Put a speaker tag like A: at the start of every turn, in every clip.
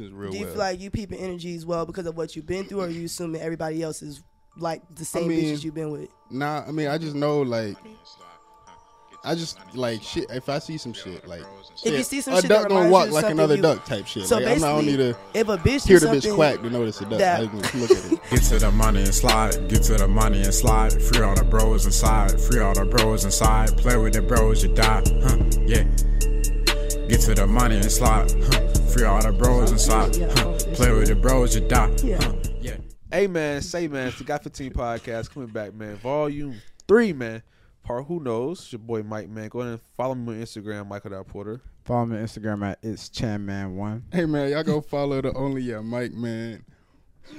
A: real
B: Do you
A: well.
B: feel like you peeping energy as well because of what you've been through, or are you assuming everybody else is like the same
A: mean-
B: bitches you've been with?
A: Nah, I mean, I just know like. I just like shit. If I see some shit, like
B: If you
A: shit,
B: see some
A: a
B: shit that
A: duck gonna
B: reminds you
A: walk
B: of
A: like
B: something
A: another
B: you-
A: duck type shit.
B: So
A: like, I'm
B: basically,
A: not only to
B: if a bitch
A: hear
B: do
A: the
B: something-
A: bitch quack to notice a duck.
B: that-
A: I just look at it.
C: Get to the money and slide. Get to the money and slide. Free all the bros inside. Free all the bros inside. Play with the bros, you die. Huh? Yeah. Get to the money and slide. Huh? Free all the bros inside. Huh? Play with the bros, you die. Huh? Yeah.
D: Hey man, say man, it's the Got 15 podcast coming back, man. Volume three, man. Part who knows? It's your boy Mike, man. Go ahead and follow me on Instagram, Michael Dot Porter.
E: Follow me on Instagram at it's Chanman1.
A: Hey man, y'all go follow the only yeah Mike man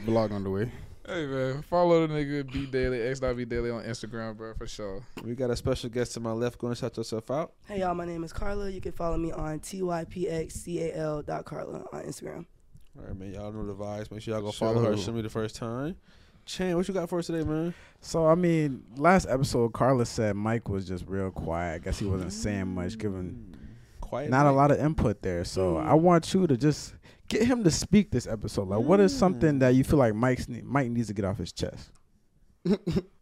A: vlog on the way.
F: Hey man, follow the nigga B Daily X dot B Daily on Instagram, bro, for sure.
D: We got a special guest to my left. Go and shout yourself out.
B: Hey y'all, my name is Carla. You can follow me on typxcal dot Carla on Instagram.
D: All right, man. Y'all know the vibes. Make sure y'all go follow her.
A: Sure.
D: Show me the first time. Chan, what you got for us today, man?
E: So I mean, last episode Carlos said Mike was just real quiet. I guess he wasn't saying much, giving
D: Quiet.
E: not a lot of input there. So I
D: Mm.
E: want you to just get him to speak this episode. Like, what is something that you feel like Mike's ne- Mike needs to get off his chest?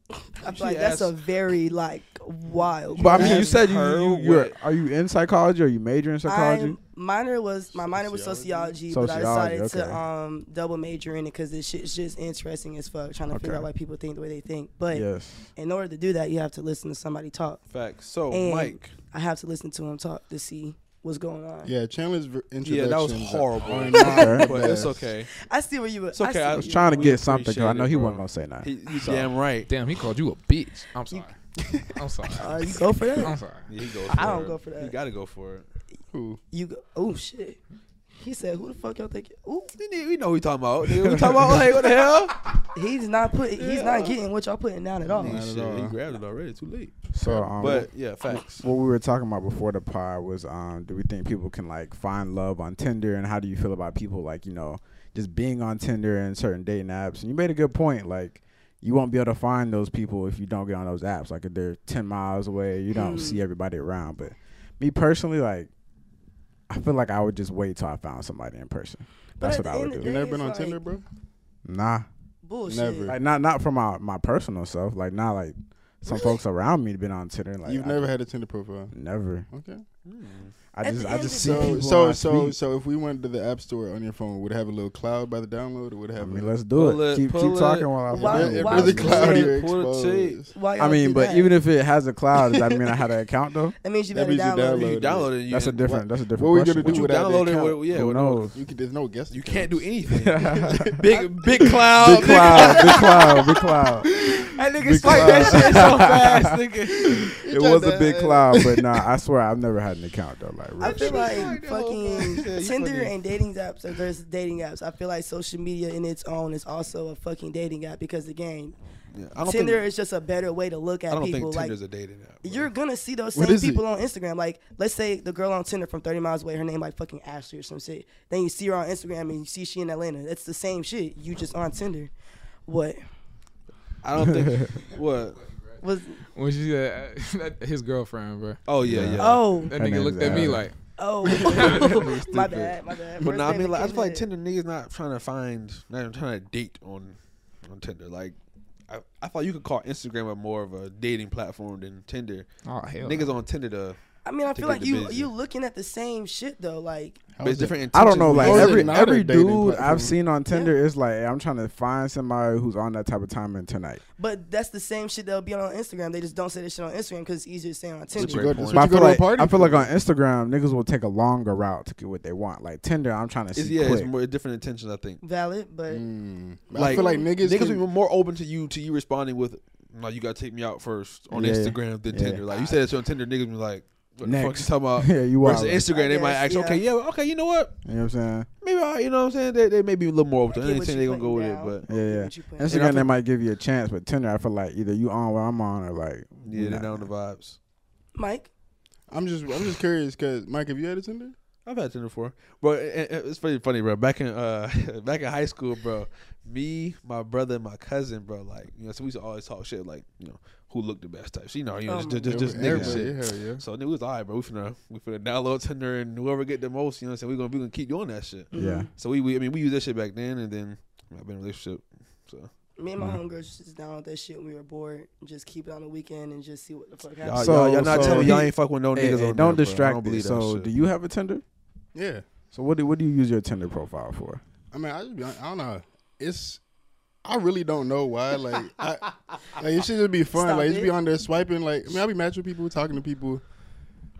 B: I
D: She
B: feel like that's a
D: asked-
B: very like wild.
E: But I mean, you
D: ask
E: said you,
D: her
E: you you're,
D: what-
E: are you in psychology? Are you majoring in psychology?
B: I minor was my minor was sociology, but I
E: Sociology,
B: decided
E: okay.
B: to um double major in it because this shit's just interesting as fuck. Trying to figure
E: Okay.
B: out why people think the way they think. But
E: yes.
B: in order to do that, you have to listen to somebody talk.
D: Facts. So,
B: And-
D: Mike.
B: I have to listen to him talk to see what's going on.
A: Yeah, Chandler's v- introduction.
D: Yeah, that was horrible.
E: Okay.
D: but it's okay.
B: I see where you were.
D: It's okay.
B: I
E: I
B: see-
E: was trying to
D: we
E: get something 'cause
D: appreciate
E: I know
D: it,
E: he
D: bro.
E: wasn't gonna say nothing.
D: He, you damn right.
F: Damn, he called you a bitch. I'm sorry. I'm sorry.
B: Uh, you go for that.
F: I'm sorry.
D: Yeah, he goes.
B: I don't
D: it.
B: go for that.
D: You gotta go for it.
B: You go. Oh shit. He said, "Who the fuck y'all think?" you-" Ooh,
D: We need- We know who we talking about. nigga. We talking about like what the hell?
B: he's not putting. He's not getting what y'all putting down at all.
A: Nah. Not at
D: Shit,
A: all.
D: he grabbed it already. Too late.
E: So, um,
D: But yeah, facts.
E: what we were talking about before the pod was um do we think people can like find love on Tinder and how do you feel about people like you know just being on Tinder and certain dating apps and you made a good point like you won't be able to find those people if you don't get on those apps like if they're 10 miles away you
A: Hmm.
E: don't
B: Mm.
E: see everybody around but me personally like I feel like I would just wait till I found somebody in person
B: But
E: that's
B: at the
E: what I would
B: end of
E: do
A: You never been on
B: It's like-
A: Tinder, bro?
E: nah
B: Bullshit.
A: Never.
E: like not not for my my personal self like not like some folks around me been on Tinder like
A: You've
E: I-
A: never had a Tinder profile.
E: never
A: Okay.
E: I
B: At
E: just
B: the
E: I
B: end
E: just
B: of
E: see
B: the day-
E: people
A: So
E: on
A: so
E: my
A: so
E: feed.
A: so if we went to the app store on your phone, would it have a little cloud by the download or would it
E: I
A: have
E: mean,
A: a
E: let's do
D: Pull
E: it.
D: it,
E: keep
D: pull
E: keep talking
D: it.
E: while I
B: If
A: if
B: Why-
A: there-
E: find
A: if
B: why
A: there's a
B: would you
A: cloud
B: say
A: you're
D: pull the tape?
A: exposed.
B: Why y'all
E: I mean,
B: do
E: but
B: that?
E: even if it has a cloud, does that mean I had an account though?
B: that means you
A: That
B: better
A: means you
B: download.
A: download
B: it.
D: You downloaded it. You
E: That's a
D: didn't-
E: different. That's a different.
A: What we gonna
E: question.
A: do
D: You
A: with without the
D: downloaded it.
A: account?
D: with- Yeah.
E: Who
D: with-
E: knows?
A: You could, there's no guest.
D: You can't do
A: accounts.
D: anything. big big cloud.
E: Big cloud, big cloud, big cloud.
D: That nigga
E: big
D: spiked that
E: cloud.
D: shit so fast, nigga.
E: It was a
D: uh,
E: big cloud, but nah, I swear I've never had an account though. Like,
B: I feel
E: real shit.
B: like
D: the whole
B: fucking
D: thing. Yeah, you
B: Tinder
D: funny.
B: and dating apps, or there's dating apps. I feel like social media in its own is also a fucking dating app because again,
D: I don't
B: Tinder
D: think.
B: is just a better way to look
D: I
B: at
D: don't
B: people.
D: think
B: like
D: Tinder's a dating app. bro.
B: you're gonna see those
A: What
B: same
A: is it?
B: people on Instagram. Like, let's say the girl on Tinder from 30 miles away, her name like fucking Ashley or some shit. Then you see her on Instagram and you see she in Atlanta. That's the same shit. You just on Tinder. What
D: I don't think. what?
B: was?
F: When she said that, his girlfriend, bro,
D: Oh yeah, yeah.
B: Oh,
F: that
E: Her
F: nigga
E: name's
F: looked at me
E: Adam.
F: like,
B: oh, my bad, my bad.
D: But
B: First
D: nah, I
B: name
D: mean, like,
B: beginning
D: I just feel like
B: of-
D: Tinder niggas not trying to find, not even trying to date on, on Tinder. Like, I, I thought you could call Instagram a more of a dating platform than Tinder.
F: oh hell,
D: Niggas on Tinder to,
B: I mean, I
D: to
B: feel
D: get
B: like
D: the
B: you
D: busy.
B: you looking at the same shit though. Like,
A: How's
D: but it's
A: that?
D: different.
E: I don't know.
D: intentions
E: Like
D: with
A: How is it
E: every
A: not a
E: every
A: dating
E: dude
A: platform?
E: I've seen on Tinder is like, I'm trying to find somebody who's on that type of time and tonight.
B: but that's the same shit that'll be on Instagram. They just don't say this shit on Instagram because it's easier to say on
D: Which
B: Tinder.
D: great
A: go-
D: point.
A: What
E: But I
A: you go
E: feel
A: to a
E: like
A: party
E: I feel like
A: for?
E: on Instagram, niggas will take a longer route to get what they want. Like Tinder, I'm trying to see
D: It's, yeah,
E: quick.
D: it's more different intentions. I think.
B: Valid, but
A: Mm.
D: Like,
A: I feel like niggas.
D: niggas
A: can-
D: would be more open to you to you responding with, "No, you gotta take me out first on
E: Yeah.
D: Instagram than
E: Yeah.
D: Tinder." Like you said, it's on Tinder. Niggas be like, "What the fuck you
E: Next.
D: talking about?"
E: yeah, you
D: Versus
E: wild. You
D: Instagram, they
B: I
D: might
B: guess,
D: ask,
B: yeah.
D: "Okay, yeah, okay, you know what?
E: know what I'm
D: Maybe I, you know what I'm saying. They, they may be a little more
B: I
D: open. to it. I
B: get
D: ain't
B: what
D: saying
B: you
D: they gonna go with
B: putting
D: it, but
B: down.
E: saying? Yeah, yeah.
B: Oh, What you putting down.
D: And I
E: Instagram, they
D: feel-
E: might give you a chance, but Tinder, I feel like either you on what I'm on or like
D: yeah,
E: we
D: they're
E: not.
D: down the vibes.
B: Mike.
A: I'm just I'm just curious because Mike, have you had a Tinder?
D: I've had Tinder before, but it, it- it's pretty funny, bro. Back in uh, back in high school, bro, me, my brother, and my cousin, bro, like you know, so we used to always talk shit, like you know, who looked the best type, shit, you know,
B: Oh
D: you know, just, just, just nigga
A: Everybody,
D: shit.
A: hell yeah.
D: So nigga was all right, bro. We finna we finna download Tinder and whoever get the most, you know, what I'm saying we gonna we gonna keep doing that shit.
E: Yeah.
D: So we, we I mean we used that shit back then, and then I mean, I've been in a relationship. So
B: Me and my
F: Uh-huh.
B: homegirls just download that shit when we were bored. and Just keep it on the weekend and just see what the fuck
D: y'all,
B: happens.
E: So-
D: y'all, y'all not
E: so
D: telling me y'all
E: he-
D: ain't fuck with no
E: Hey,
D: niggas.
E: hey,
D: on there,
E: don't
D: bro. I
E: distract me.
D: believe that
E: So,
D: shit.
E: do you have a Tinder?
A: Yeah.
E: So, what do what do you use your Tinder profile for?
A: I mean, I just be hon- I don't know. It's I really don't know why. Like, I, like it should just be fun.
B: Stop
A: like, just be
B: it.
A: on there swiping. Like, I mean, I be matching people, talking to people.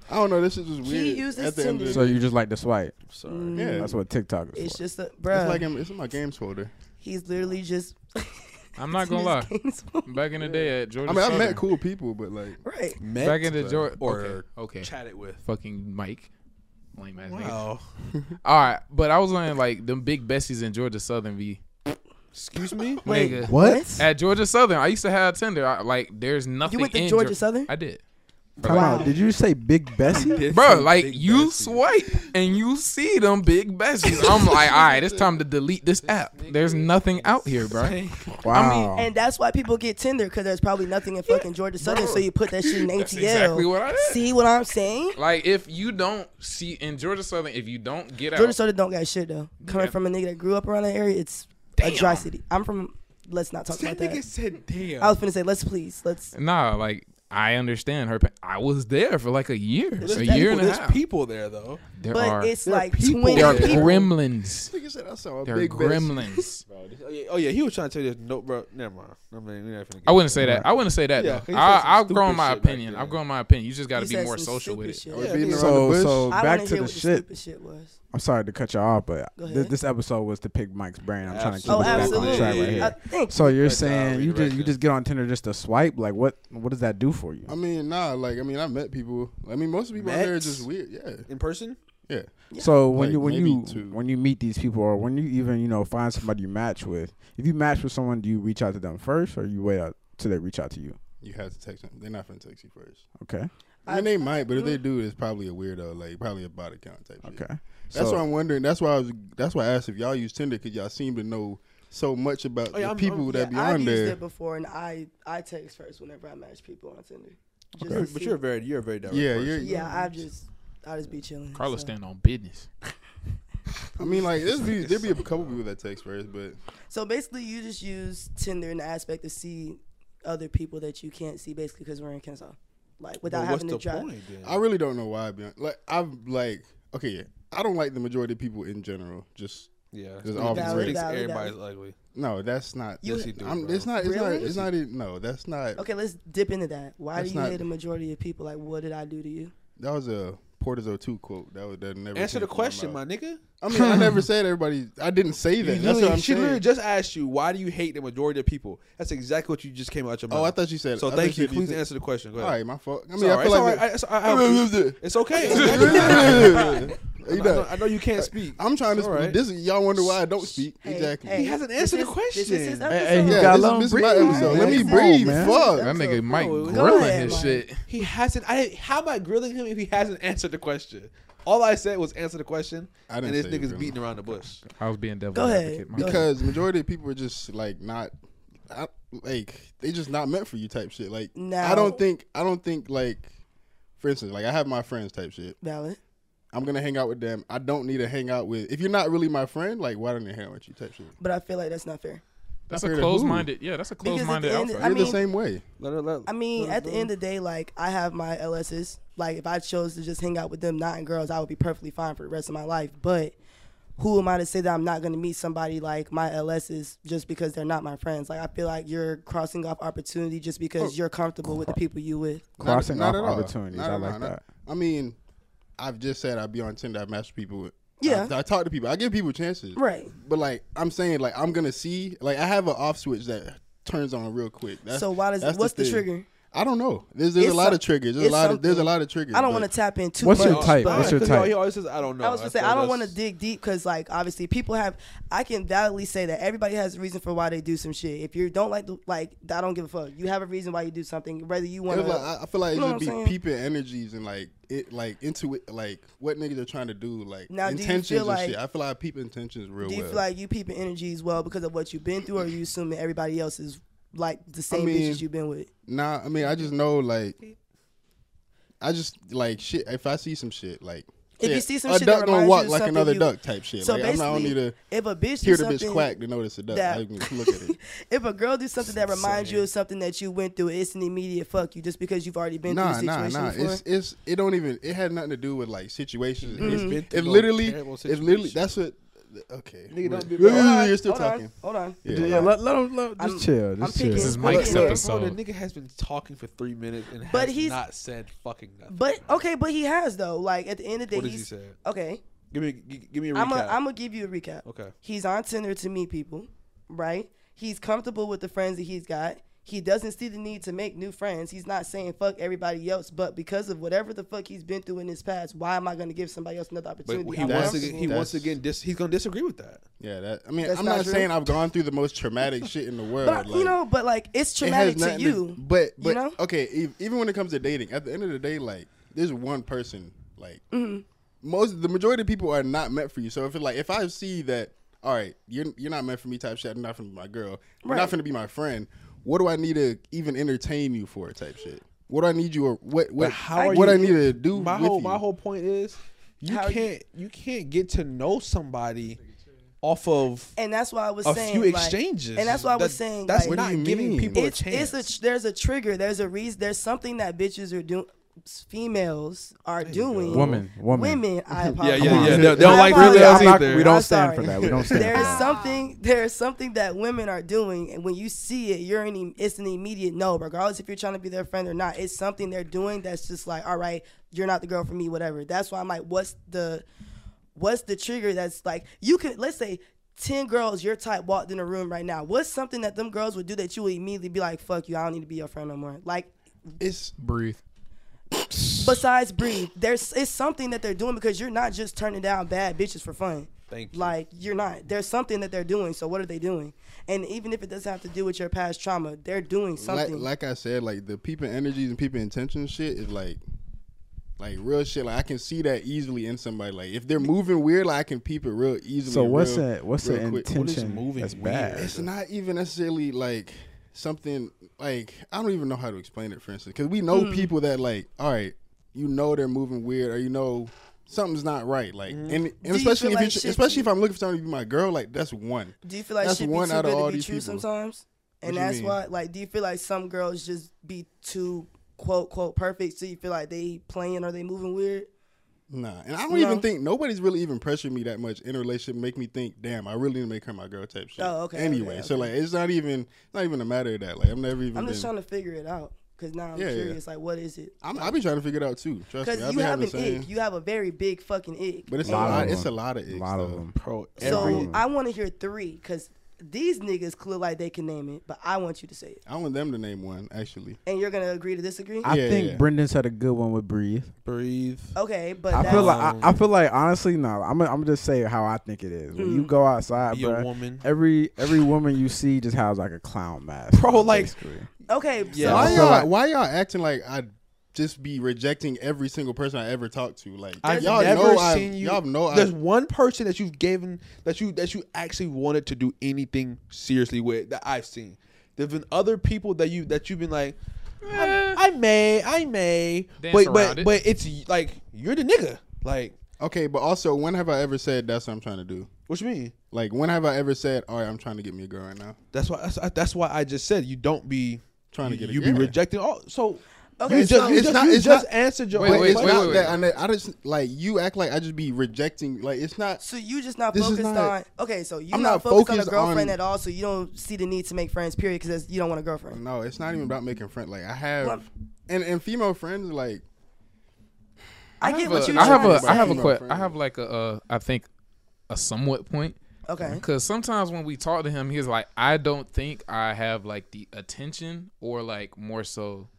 A: I don't know. This is just weird.
B: uses
A: At the end of
B: Tinder.
A: the
E: So you just like to swipe.
D: Sorry.
A: yeah,
E: That's what TikTok is
B: Um, It's
E: for.
B: just a
A: it's
B: bruh.
A: like in, it's in my games folder.
B: he's literally just.
F: I'm not
B: it's
F: gonna
B: in
F: lie.
B: his games folder.
F: Back in the day at Georgia
A: I mean, I
F: Southern.
A: met cool people, but like,
B: right.
D: Met
F: Back in the Georgia
D: or
F: okay, okay.
D: chatted with.
F: Fucking Mike. Lame ass nigga.
D: Wow.
F: All right, but I was on like them big besties in Georgia Southern V.
D: Excuse me.
B: Wait,
F: Nigga.
E: What?
F: At Georgia Southern, I used to have Tinder. I, like, there's nothing.
B: went to
F: in
B: Georgia
F: Geor-
B: Southern?
F: I did,
E: Time out. Did you say Big Bessie?
F: bro. Like, you swipe and you see them big besties. I'm like, all right, it's time to delete this app. There's nothing out here, bro.
E: Wow.
F: Oh.
B: And that's why people get Tinder because there's probably nothing in fucking Georgia Southern, so you put that shit in ATL.
F: exactly what I did.
B: See what I'm saying?
F: Like, if you don't see in Georgia Southern, if you don't get out,
B: Georgia Southern don't got shit though. Coming
F: Yeah.
B: from a nigga that grew up around that area, it's a dry city. I'm from. Let's not talk about that.
D: said, "Damn."
B: I was finna say, let's please, let's.
F: nah, like. I understand her. pa- I was there for like a year, a
D: people,
F: year and a
D: there's
F: half.
D: people there though.
F: There
B: But
F: are
B: it's
D: there are
B: like
D: people
B: twenty
F: there are
D: there.
B: people.
F: gremlins.
A: nigga said I saw a
F: There are
A: big gremlin.
F: gremlins.
D: Oh yeah, oh yeah, he was trying to tell you this. No, bro, never mind. I mean, we're not finna
F: I wouldn't say that. I wouldn't say that.
D: Yeah, he said
F: though. I,
D: some
F: I've
D: stupid
F: grown my
D: shit back
F: opinion.
D: then.
F: I've grown my opinion. You just got to
B: He
F: be
B: said
F: more
B: some
F: social
B: stupid
F: with it.
B: shit.
A: We're
D: Yeah,
A: beating
D: nigga.
A: around the
E: So
A: bush.
E: so
B: I
E: back
B: wanna
E: to
B: hear
E: the
B: what the
E: shit.
B: stupid shit was.
E: I'm sorry to cut you off, but
B: Go
E: this,
B: ahead.
E: this episode was to pick Mike's brain.
B: Oh,
E: I'm
D: We're
E: trying to keep it back on
B: absolutely. Oh,
E: track right
D: Yeah.
E: here.
B: I think
E: so you're
D: That's how
E: saying
D: we
E: you just you
D: reckon.
E: just get on Tinder just to swipe? Like what what does that do for you?
A: I mean, nah. Like, I mean, I met people. I mean, most of the people out there are
D: Met?
A: just weird. Yeah,
D: in person.
A: yeah.
E: So when
A: Like,
E: you when
A: maybe
E: you
A: two.
E: when you meet these people or when you even you know find somebody you match with, if you match with someone, do you reach out to them first or you wait out till they reach out to you?
A: You have to text them. They're not gonna text you first.
E: Okay,
A: I mean, they might, but if they do, it's probably a weirdo. Like, probably a body count type. shit.
E: okay.
A: That's
E: So-
A: why I'm wondering. That's why I was. That's why I asked if y'all use Tinder because y'all seem to know so much about
D: Oh,
A: the
D: yeah, I'm-
A: people
D: I'm-
A: that be
B: I've
A: on
B: used
A: there.
B: it before, and I I text first whenever I match people on Tinder. Just
D: You're-
B: to
D: but
B: see-
D: you're very, you're a very direct.
A: Yeah,
D: person.
A: you're-
B: yeah. I've just I just be chilling.
F: Carlos
B: so.
F: stand on business.
A: I mean, like there's be there be a couple people that text first, but
B: So basically, you just use Tinder in the aspect to see other people that you can't see, basically, because we're in Kennesaw, like
D: But
B: without
D: what's
B: having
D: the
B: to drive.
D: point? Then?
A: I really don't know why. I be hon- Like I'm like okay, yeah. I don't like the majority of people in general. Just
D: yeah,
A: There's
D: He
A: obvious
D: thinks
B: reasons. Valid,
D: everybody's
B: valid.
D: ugly.
A: no, that's not.
B: You-
A: that's-
D: Yes, you do,
A: I'm-
D: bro.
A: it's not. It's not.
B: Really?
A: It's not. even- No, that's not.
B: Okay, let's dip into that. Why
A: That's
B: do you
A: not-
B: hate a majority of people? Like, what did I do to you?
A: That was a Porter's O2 quote. That was that never
D: Answer
A: came
D: the
A: from my
D: question,
A: mouth.
D: my nigga.
A: I mean, I never said everybody. I didn't say
D: You
A: that. That's what
D: literally-
A: I'm
D: she literally
A: saying.
D: just asked you, why do you hate the majority of people? That's exactly what you just came out your mouth.
A: Oh, I thought you said.
D: so
A: I thought
D: thank you.
A: said
D: Please
A: think-
D: answer the question. Go
A: All
D: ahead.
A: right, my fault. I
D: It's
A: mean, I
D: all
A: feel
D: right,
A: like.
D: it's all right. I- I- I- It's okay. I
A: You
D: know,
A: know,
D: I know you can't speak.
A: I'm trying to
D: It's
A: speak.
D: all right.
A: This is y'all wonder why I don't speak.
B: Hey,
A: exactly.
B: hey,
D: He hasn't
B: this
D: answered
B: is-
D: the
B: This is his
D: question.
B: episode.
E: hey, you
A: Yeah,
E: got
A: this,
E: let
A: is- this
E: him
A: is my
E: breathe,
A: episode.
E: man.
A: Let me
E: Come on,
A: breathe.
E: man.
A: Fuck.
F: That
B: That's
F: nigga
B: a-
F: Mike
D: No, it was-
B: Go
F: grilling
B: ahead,
F: his
B: Mike.
F: shit.
D: He hasn't. I how am I grilling him if he hasn't answered the question? All I said was answer the question,
A: I didn't
D: and this
A: say
D: nigga's
A: grilling.
D: beating around the bush.
F: I was being devil
B: Go ahead.
F: advocate. my
B: Go
F: bad.
A: Because majority of people are just like not, I, like they just not meant for you type shit. Like I
B: Now-
A: don't think I don't think like, for instance, like I have my friends type shit.
B: Valid.
A: I'm gonna hang out with them. I don't need to hang out with. If you're not really my friend, like why don't I hang out with you type shit?
B: But I feel like that's not fair.
F: that's
A: I
F: a
A: heard a
F: closed minded. Yeah, that's a
B: Because at
F: closed minded
B: the end-
F: outfit.
B: I
A: You're the
B: mean-
A: same way.
D: Let her, let,
B: I mean,
D: let her
B: at the
D: go.
B: end of the day, like I have my LSs. Like if I chose to just hang out with them, not in girls, I would be perfectly fine for the rest of my life. But who am I to say that I'm not going to meet somebody like my LSs just because they're not my friends? Like I feel like you're crossing off opportunity just because you're comfortable with the people you with.
E: Crossing
A: Not-
E: off
A: not at all.
E: opportunities.
A: Not
E: I
A: at
E: like
A: all.
E: that.
A: Not- I mean, I've just said I'd be on Tinder. I match people.
B: Yeah.
A: I, I talk to people. I give people chances.
B: Right.
A: But like I'm saying, like I'm gonna see. Like I have an off switch that turns on real quick. That's,
B: so why does
A: that's
B: what's the,
A: thing.
B: trigger?
A: I don't know. There's, there's a
B: It's
A: lot
B: some-
A: of triggers. There's a
B: it's
A: lot of there's a
B: something.
A: lot of triggers.
B: I don't
A: but
B: want to tap in too
E: What's
B: much.
E: your type?
B: But
E: What's your
D: Oh, Because
E: type?
D: He always says, "I don't know."
B: I was gonna say I don't want to dig deep because, like, obviously, people have. I can validly say that everybody has a reason for why they do some shit. If you don't like, the, like, I don't give a fuck. You have a reason why you do something, whether you
A: It
B: want
A: was
B: to.
A: like, I I feel like it
B: You know
A: just be
B: what I'm saying?
A: peeping energies and like it, like into it, like what niggas are trying to do, like
B: Now, do you
A: intentions
B: feel
A: and
B: like-
A: shit. I feel like I peep intentions real
B: do you
A: well.
B: feel like you peeping energy as well because of what you've been through, or you assuming everybody else is like the same
A: mean-
B: bitches you've been with?
A: Nah, I mean, I just know like, I just like shit. If I see some shit, like
B: If you
A: yeah,
B: see some
A: a
B: shit that
A: duck gonna
B: reminds
A: walk
B: you of
A: like
B: something
A: another
B: you-
A: duck type shit.
B: So
A: like, I'm
B: basically,
A: not only to
B: if a bitch
A: hear
B: do
A: the bitch
B: something-
A: quack to know it's a duck.
B: that-
A: I can look at it.
B: if a girl do something that reminds you of something that you went through, it's an immediate fuck you just because you've already been
A: Nah,
B: through the
A: nah,
B: situation
A: nah.
B: before. Mm-hmm.
A: It's it's it don't even it had nothing to do with like situations. It's,
D: been through
A: it
D: those
A: literally,
D: terrible
A: it's literally
D: situations.
A: that's what. Okay,
D: Nigga, don't be-
A: You're-
D: Hold on,
A: you're still
B: hold
A: talking.
B: On, hold on.
A: Yeah.
E: Yeah, let, let him let, just
B: I'm-
E: chill.
B: I'm
E: Just chill.
B: picking-
F: This is Mike's
B: Look,
D: The
F: episode.
D: nigga has been talking for three minutes and
B: But
D: has
B: he's-
D: not said fucking nothing.
B: But okay, but he has though. Like at the end of the day,
D: What has he
B: he's
D: said?
B: okay.
D: give me, gi- give me a recap.
B: I'm gonna I'm gonna give you a recap.
D: Okay.
B: He's on Tinder to meet people, right? He's comfortable with the friends that he's got. He doesn't see the need to make new friends. He's not saying fuck everybody else, but because of whatever the fuck he's been through in his past, why am I gonna give somebody else another
D: but
B: opportunity?
D: he
B: I'm
D: once
A: that's-
D: again, he
B: comfortable.
D: once
A: that's-
D: again, dis, he's gonna disagree with that.
A: Yeah, that. I mean,
B: That's
A: I'm
B: not
A: not,
B: true.
A: saying I've gone through the most traumatic shit in the world.
B: but you
A: like,
B: know, but like it's
A: it
B: traumatic
A: has
B: to
A: nothing
B: you.
A: But but
B: you know?
A: okay, e- even when it comes to dating, at the end of the day, like there's one person. Like
B: Mm-hmm.
A: most, the majority of people are not meant for you. So if it, like if I see that, all right, you're you're not meant for me type shit. I'm not gonna be my girl. You're not gonna be my friend. What do I need to even entertain you for type shit? What do I need you or what what
D: how are
A: what
D: you-
A: I need to do?
D: my
A: with
D: whole
A: you?
D: my whole point is you
B: How you-
D: can't you, can't get to know somebody off of
B: and that's why I was
D: a
B: saying
D: few
B: like-
D: exchanges.
B: and that's why I was
D: That-
B: saying
D: that's
B: like,
A: What do
D: not
A: you
D: giving
A: mean?
D: people
B: it's,
D: a chance.
B: It's a, there's a trigger. There's a reason. There's something that bitches are doing. Females are doing.
E: Woman, woman.
B: Women. I
D: yeah,
B: apologize.
D: yeah,
E: on.
D: yeah. They, they don't
B: I
D: like
B: apologize.
E: Really,
D: females
E: I'm not,
D: either.
E: we don't
B: I'm
E: stand for
B: sorry.
E: that. We don't stand for
B: There is
E: that.
B: something. There is something that women are doing, and when you see it, you're an. It's an immediate no, regardless if you're trying to be their friend or not. It's something they're doing that's just like, all right, you're not the girl for me, whatever. That's why I'm like, what's the, what's the trigger that's like? You could let's say. 10 girls your type walked in the room right now. What's something that them girls would do that you would immediately be like, fuck you, I don't need to be your friend no more? Like,
A: it's
F: Breathe.
B: besides breathe, there's it's something that they're doing because you're not just turning down bad bitches for fun.
D: Thank you.
B: Like you're not. There's something that they're doing. So what are they doing? And even if it doesn't have to do with your past trauma, they're doing
A: like,
B: something.
A: like I said, like the people energies and people intentions shit is like like real shit. Like I can see that easily in somebody. Like if they're moving weird, like I can peep it real easily.
E: So
A: and
E: what's
A: real-
E: that? What's the
A: real quick.
E: intention?
D: moving
E: that's
D: weird?
E: bad.
A: It's not even necessarily like something like I don't even know how to explain it. For instance, because we
B: Hmm.
A: know people that like, all right, you know they're moving weird, or you know something's not right. Like, and, and
B: Hmm. you
A: especially if
B: feel like
A: you,
B: shit-
A: especially if I'm looking for somebody to be my girl, like that's one.
B: do you feel like
A: that's
B: shit be too
A: one
B: good
A: out of all
B: to be
A: these
B: true
A: people.
B: sometimes? And
A: What you
B: that's
A: mean?
B: why like do you feel like some girls just be too quote quote perfect so you feel like they playing or they moving weird?
A: Nah, and I don't
B: No.
A: even think nobody's really even pressured me that much in a relationship. Make me think, damn, I really need to make her my girl type shit.
B: Oh, okay,
A: Anyway,
B: okay,
A: so like, it's not even, it's not even a matter of that. Like, I've never even.
B: I'm
A: been,
B: just trying to figure it out. Cause now I'm
A: Yeah, yeah.
B: curious, like what is it?
A: I'm, I've been trying to figure it out too. Trust me,
B: Because
A: I've
B: you
A: been
B: have
A: having
B: an
A: the same.
B: ick. You have a very big fucking ick.
A: but it's a
E: Lot of
A: lot.
E: them.
A: It's a lot of icks.
E: a lot of
A: though.
E: them.
D: Pro- every-
B: So
E: Everyone.
B: I want to hear three because these niggas clear like they can name it, but I want you to say it,
A: I want them to name one actually.
B: and you're gonna agree to disagree.
E: I
A: Yeah,
E: think
A: yeah.
E: Brendan said a good one with breathe.
D: breathe.
B: okay, but
E: I
B: that's,
E: feel like I, I feel like honestly, no. I'm gonna- I'm gonna just say how I think it is. When you go outside,
D: Be a
E: bruh,
D: woman.
E: every every woman you see just has like a clown mask,
D: Bro, like-
E: basically.
B: okay.
D: Yeah.
A: Why
E: I
A: y'all?
E: feel like-
A: why y'all acting like I just be rejecting every single person I ever talked to? Like
D: I've
A: y'all
D: never
A: know
D: seen
A: I,
D: you.
A: Y'all know
D: There's
A: I.
D: one person that you've given that you that you actually wanted to do anything seriously with that I've seen. There've been other people that you that you've been like, I, I may, I may,
F: Eh. Dance
D: but
F: around
D: but
F: it.
D: but it's like you're the nigga. Like
A: Okay, but also, when have I ever said that's what I'm trying to do?
D: what you mean?
A: Like, when have I ever said, all right, I'm trying to get me a girl right now?
D: That's why that's, that's why I just said you don't be
A: Trying to
D: you-
A: get a-
D: you
A: yeah.
D: be rejecting. all so
B: Okay,
D: you just,
B: so-
D: you
A: It's
D: just,
A: not-
D: you
A: it's
D: just
A: not-
D: answered your
F: Wait,
D: own
A: But
F: wait,
A: it's
F: wait,
D: question.
A: not
F: wait,
A: that I, ne- I just like you act like I just be rejecting. Like it's not.
B: So you just not
A: This is
B: focused on
A: not-
B: okay. So you
A: I'm not
B: not focused, on a
A: focused
B: girlfriend
A: on-
B: at all. So you don't see the need to make friends. Period. Because you don't want a girlfriend.
A: No, it's not even about making friends. Like I have,
B: Well-
A: and and female friends like
B: I, get what
F: a-
B: you.
F: I have
B: trying to
F: a I have a
A: say.
F: que- I have like a uh, I think a somewhat point.
B: say. okay.
F: Because sometimes when we talk to him, he's like, I don't think I have like the attention or like more so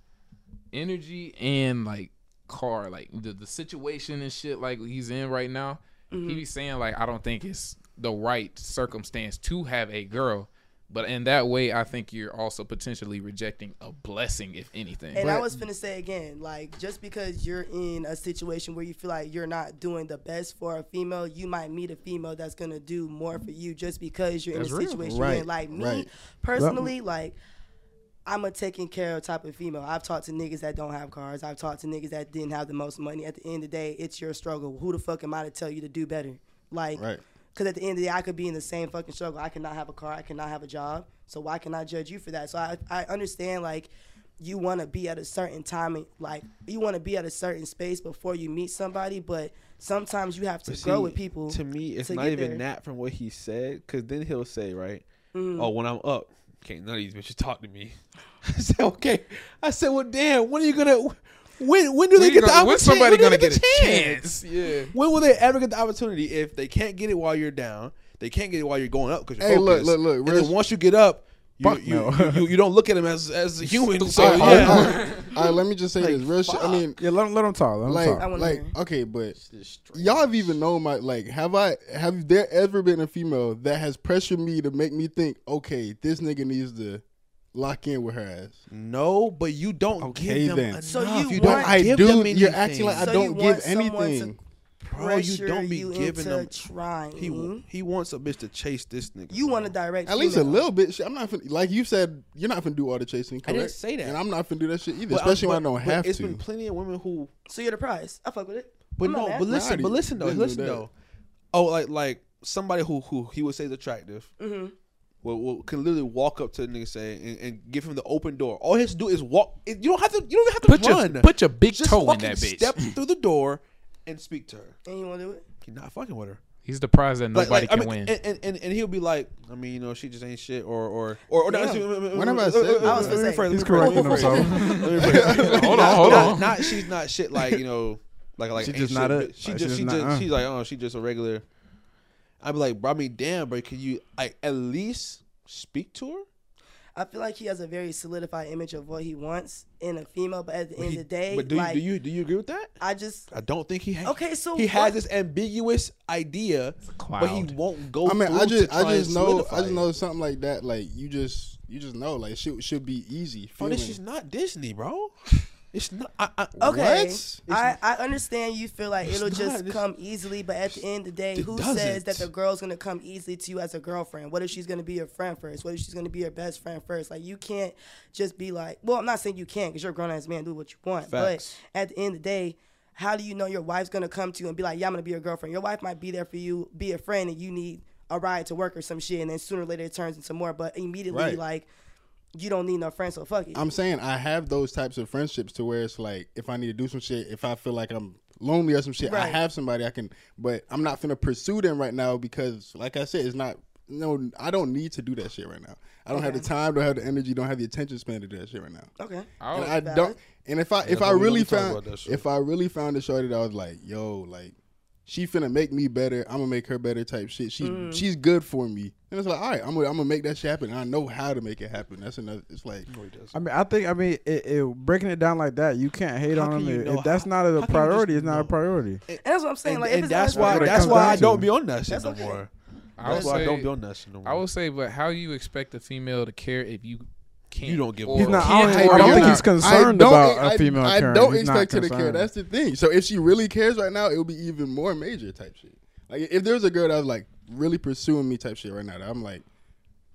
F: energy and like car, like the, the situation and shit like he's in right now,
D: Mm-hmm.
F: he be saying like I don't think it's the right circumstance to have a girl. But in that way, I think you're also potentially rejecting a blessing, if anything.
B: And I was finna say again, like just because you're in a situation where you feel like you're not doing the best for a female, you might meet a female that's gonna do more for you just because you're in a situation. you're in.
A: Right,
B: Like me
A: right.
B: personally, like I'm a taking care of type of female. I've talked to niggas that don't have cars. I've talked to niggas that didn't have the most money. At the end of the day, it's your struggle. Who the fuck am I to tell you to do better? Like,
A: Right.
B: because at the end of the day, I could be in the same fucking struggle. I cannot have a car. I cannot have a job. So why can I judge you for that? So I, I understand like you want to be at a certain time, and, like you want to be at a certain space before you meet somebody. But sometimes you have to
D: But
B: grow
D: see,
B: with people.
D: To me, it's
B: to
D: not
B: get
D: even
B: there. Mm.
D: that from what he said, because then he'll say, right, oh, when I'm up, can't none of these bitches talk to me. I said, okay. I said, well, damn, when are you gonna? When when do they
F: When
D: get
F: you
D: the
F: gonna-
D: opportunity?
F: when's
D: when
F: somebody
D: do
F: gonna
D: they
F: get a
D: the
F: chance? Yeah.
D: When will they ever get the opportunity if they can't get it while you're down? They can't get it while you're going up because you're
A: Hey, look,
D: focused.
A: look, look,
D: And
A: real
D: then
A: sh-
D: once you get up, you
E: Fuck
D: you,
E: no.
D: you, you, you don't look at them as as a human. So
A: all, right, all
D: yeah,
A: right. All right, let me just say this real shit. I mean,
E: Yeah, let them, let them talk. Let them
A: like,
E: talk.
B: wanna
A: like,
B: hear.
A: okay, but y'all have even known my like. Have I? Have there ever been a female that has pressured me to make me think, okay, this nigga needs to lock in with her ass?
D: no, but you don't
A: Okay,
D: give them
A: then.
D: enough.
B: So you
D: you
A: But
B: want-
D: don't
A: I
D: give
A: do.
D: them
A: You're
D: anything.
A: acting like I
B: So you
A: don't give
B: want someone to
A: anything.
D: Bro, you
B: Pressure
D: don't be giving
B: into
D: them-
B: trying.
D: He w- he wants a bitch to chase this nigga.
B: you
D: bro.
B: want to direct
A: At least a
B: female.
A: little bit. Shit. I'm not fin- like you said. You're not finna do all the chasing. Correct?
D: didn't say that.
A: And I'm not finna do that shit either.
D: But I'm-
A: especially
D: but-
A: when I
D: but
A: don't have
D: It's
A: to.
D: been plenty of women who,
B: So you're the prize. I fuck with it.
D: but
B: I'm not
D: no,
B: mad.
D: but
A: Nah, I
D: listen, but
A: didn't-
D: listen though,
A: didn't do
D: listen
A: that.
D: though. Oh, like like somebody who who he would say is attractive. Mm-hmm. Well, well, can literally walk up to the nigga say and, and give him the open door. All he has to do is walk. it- You don't have to. You don't have to
F: Put your-
D: run.
F: put your big
D: Just
F: toe in
D: fucking
F: that bitch.
D: Step through the door and speak to her.
B: And you want to do it?
D: He's not fucking with her.
F: He's the prize that
D: Like-
F: nobody
D: like,
F: can
D: I mean,
F: win.
D: And, and, and, and he'll be like, I mean, you know, she just ain't shit, or or or. or
B: Yeah.
A: Whenever I said that, I was
B: gonna say-
E: He's correcting himself.
F: hold
D: Not-
F: on, hold
D: not-
F: on.
D: Not she's not shit like you know, like like
E: She
D: ain't
E: just
D: shit,
E: not
D: but
E: it.
D: She
E: Like,
D: just
E: she
D: she
E: just
D: just
E: not, uh.
D: she's like oh she just a regular. I'd be like, bro, I mean, damn, bro, can you like at least speak to her?
B: I feel like he has a very solidified image of what he wants in a female, but at the end
D: He-
B: of the day,
D: but do
B: like,
D: you, do you do you agree with that?
B: I just
D: I don't think he. Ha-
B: Okay, so
D: he has
B: what-
D: this ambiguous idea,
F: cloud.
D: but he won't go.
A: I mean,
D: through
A: I
D: to
A: just,
D: try
A: I
D: and
A: just know,
D: solidify
A: I just
D: it.
A: know something like that. Like you just, you just know, like shit should be easy.
D: Oh, this
A: feeling.
D: is not Disney, bro. It's not. I, I,
B: okay.
D: What?
B: I, I understand you feel like it'll
D: not,
B: just
D: it's-
B: come easily, but at the end of the day,
D: it
B: who says that
D: doesn't.
B: the girl's gonna come easily to you as a girlfriend? What if she's gonna be your friend first? What if she's gonna be your best friend first? Like you can't just be like, well, I'm not saying you can't because you're a grown ass man, do what you want.
D: Facts.
B: But at the end of the day. How do you know your wife's gonna come to you and be like, "Yeah, I'm gonna be your girlfriend"? Your wife might be there for you, be a friend, and you need a ride to work or some shit, and then sooner or later it turns into more. But immediately,
A: Right.
B: like, you don't need no friend, so fuck it.
A: I'm saying I have those types of friendships to where it's like if I need to do some shit, if I feel like I'm lonely or some shit, I
B: Right.
A: have somebody I can. But I'm not finna pursue them right now because, like I said, it's not. No, I don't need to do that shit right now. I don't have the time, don't have the energy, don't have the attention span to do that shit right now.
B: okay.
A: And
F: I'll-
A: I don't. And if I if
D: but
A: I
D: we
A: really
D: gonna talk
A: found
D: about that shit.
A: if I really found a shorty that I was like, yo, like she finna make me better, I'm gonna make her better type shit. She's she's good for me. And it's like, all right, I'm gonna I'm gonna make that shit happen. And I know how to make it happen. That's another. It's like
E: I mean, I think, I mean, it, it, breaking it down like that, you can't hate
D: How
E: on
D: can
E: them.
D: you
E: If-
D: know?
E: if that's
D: How-
E: not
D: how
E: a
D: can you
E: priority,
D: just
E: it's not a
D: know?
E: priority.
B: And that's what I'm saying.
D: and,
B: like, if
D: and
B: it's
D: that's
B: honest-
D: why
E: what it
D: that's
E: comes
D: why
E: down
D: I don't
E: to.
D: be on that shit
B: That's
D: no
B: okay.
D: more.
F: I would
D: That's why I don't
F: say,
D: be on that shit no more.
F: I would say, but how you expect a female to care if you can't?
D: You don't give a
F: or
D: He's
E: not-
F: can't
E: I don't-
F: or
E: I don't
F: you're
E: think
F: not.
E: he's concerned
A: don't-
E: about
A: I-
E: a female
A: I,
E: caring.
A: don't
E: He's not
A: expect her to care.
E: concerned.
A: That's the thing. So if she really cares right now, it will be even more major type shit. Like if there was a girl that was like really pursuing me type shit right now, that I'm like,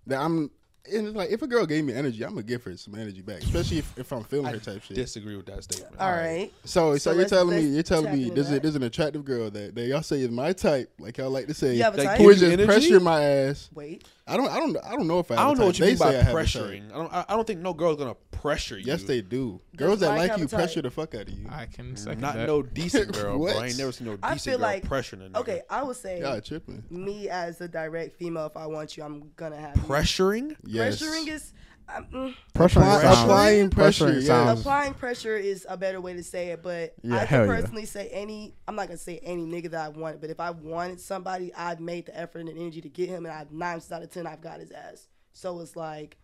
A: that I'm. And it's like if a girl gave me energy, I'm gonna give her some energy back, especially if, if I'm feeling her type shit.
D: disagree with that statement.
B: All right.
A: so, so,
B: So
A: you're
B: let's-
A: telling me
B: let's
A: you're telling
B: tap
A: me
B: into
A: there's a,
B: that.
A: there's an attractive girl that, that y'all say is my type, like y'all like to say,
B: You have a
D: They
B: type?
A: who
D: give
A: is
D: you
A: just
D: energy?
A: pressuring my ass.
B: Wait.
A: I don't I don't I don't know if I.
D: I
A: have a
D: don't know
A: type.
D: what you
A: They
D: mean
A: say
D: by
A: I have a type.
D: pressuring. I don't. I I don't think no girl's gonna pressure you.
A: Yes, they do. Girls that
B: Mike
A: like
B: have
A: you
B: a type?
A: pressure the fuck out of you.
F: I can second
D: Not
F: that.
D: no decent girl, bro. I ain't
A: What?
D: never seen no decent
B: I feel
D: girl
B: like
D: pressuring a nigga.
B: Okay, I would say
A: Y'all tripping.
B: me as a direct female. If I want you, I'm gonna have you.
D: pressuring.
A: Yes.
B: pressuring is. Um, mm,
E: Pressuring
A: Apply-
E: sounds.
A: applying pressure,
E: Pressuring
A: yes.
E: sounds.
B: applying pressure is a better way to say it, but
E: Um, Yeah,
B: I
E: hell
B: could
E: yeah.
B: personally say any. I'm not gonna say any nigga that I wanted, but if I wanted somebody, I've made the effort and energy to get him, and I've nine times out of ten, I've got his ass. So it's like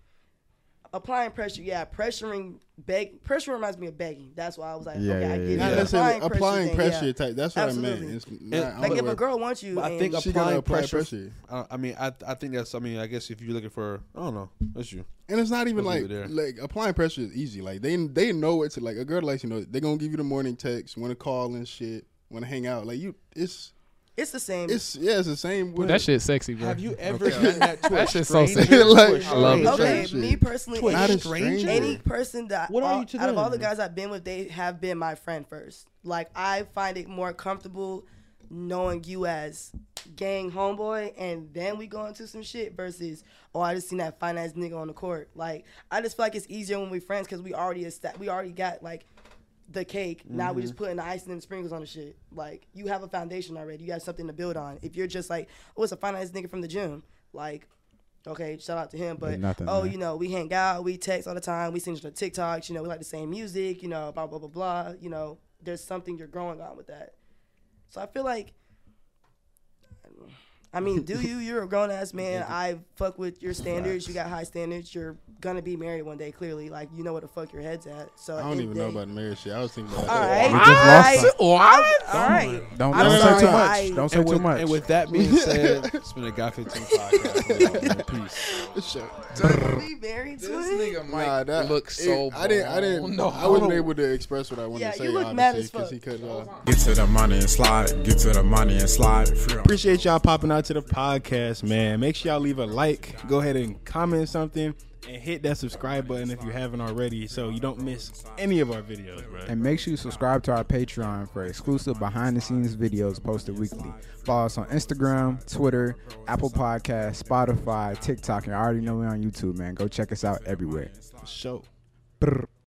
B: applying pressure, yeah, pressuring beg pressure reminds me of begging. That's why I was like,
E: Yeah,
B: okay,
E: yeah,
B: I
E: yeah.
B: get
E: Not
A: Not
B: it.
A: necessarily applying,
B: thing,
A: pressure,
B: yeah.
A: type. That's what I meant.
B: Absolutely.
A: It's not, I
B: Like
A: don't
B: if
A: know
B: a
A: if-
B: girl wants you,
D: But I
B: and
D: think
A: she gotta
D: applying
A: apply
D: pressure.
A: pressure.
D: I, I mean, I I think that's. I mean, I guess if you're looking for, I don't know, that's you.
A: And it's not even
D: Let's
A: like
D: leave it
A: like applying pressure is easy. Like they they know it's like a girl likes you know they're gonna give you the morning text, want to call and shit, want to hang out. Like you, it's
B: it's the same.
A: it's yeah, it's the same. With,
F: That shit's sexy, bro.
D: Have you ever done that to a
F: That shit's so
D: stranger?
F: sick.
A: Like,
D: I
F: love it.
B: okay,
A: shit.
B: me personally,
D: To a
A: Not
B: any,
A: a
D: stranger?
A: stranger.
B: any person that
D: What are
B: all-
D: you to
B: out of all the
D: them?
B: guys I've been with, they have been my friend first. Like I find it more comfortable knowing you as gang homeboy, and then we go into some shit versus oh I just seen that fine ass nigga on the court. Like I just feel like it's easier when we friends because we already esta- we already got like the cake. Now we just
A: Mm-hmm.
B: putting the icing and the sprinkles on the shit. Like you have a foundation already. You got something to build on. If you're just like, oh, it's a fine ass nigga from the gym, like, okay, shout out to him. But
E: nothing
B: oh,
E: there.
B: you know, we hang out, we text all the time, we sing to the TikToks. You know, we like the same music. You know, blah blah blah blah. You know, there's something you're growing on with that. So I feel like. I mean, do you? You're a grown ass man. I fuck with your standards. You got high standards. You're gonna be married one day. Clearly, like you know where the fuck your head's at. So
A: I
B: at
A: don't
B: the end
A: even
B: of the
A: know
B: day-
A: about the marriage shit. I was thinking about
B: all
A: that.
B: right.
E: We just lost some.
B: All right.
E: Don't,
B: I'm
E: don't say too
B: sorry,
E: much.
B: I-
E: don't say
D: And
E: too
D: with,
E: much.
D: and with that being said, it's been a guy 15 podcast. Peace.
B: We married
F: This
B: twin?
F: nigga Mike
A: Nah, that
F: looks
A: it-
F: so.
A: I didn't. I
F: bald.
A: didn't.
F: No,
A: I wasn't able to express what I wanted
B: Yeah,
A: to
B: you
A: say.
B: look mad
A: obviously,
B: as fuck.
A: he cut it off.
C: Get to the money and slide. Get to the money and slide. Free on
G: Appreciate y'all popping out to the podcast, man. Make sure y'all leave a like, go ahead and comment something, and hit that subscribe button if you haven't already, so you don't miss any of our videos, bro.
E: And make sure you subscribe to our Patreon for exclusive behind the scenes videos posted weekly. Follow us on Instagram, Twitter, Apple Podcasts, Spotify, TikTok, and I already know we're on YouTube, man. Go check us out everywhere.
G: Show.
E: Brr.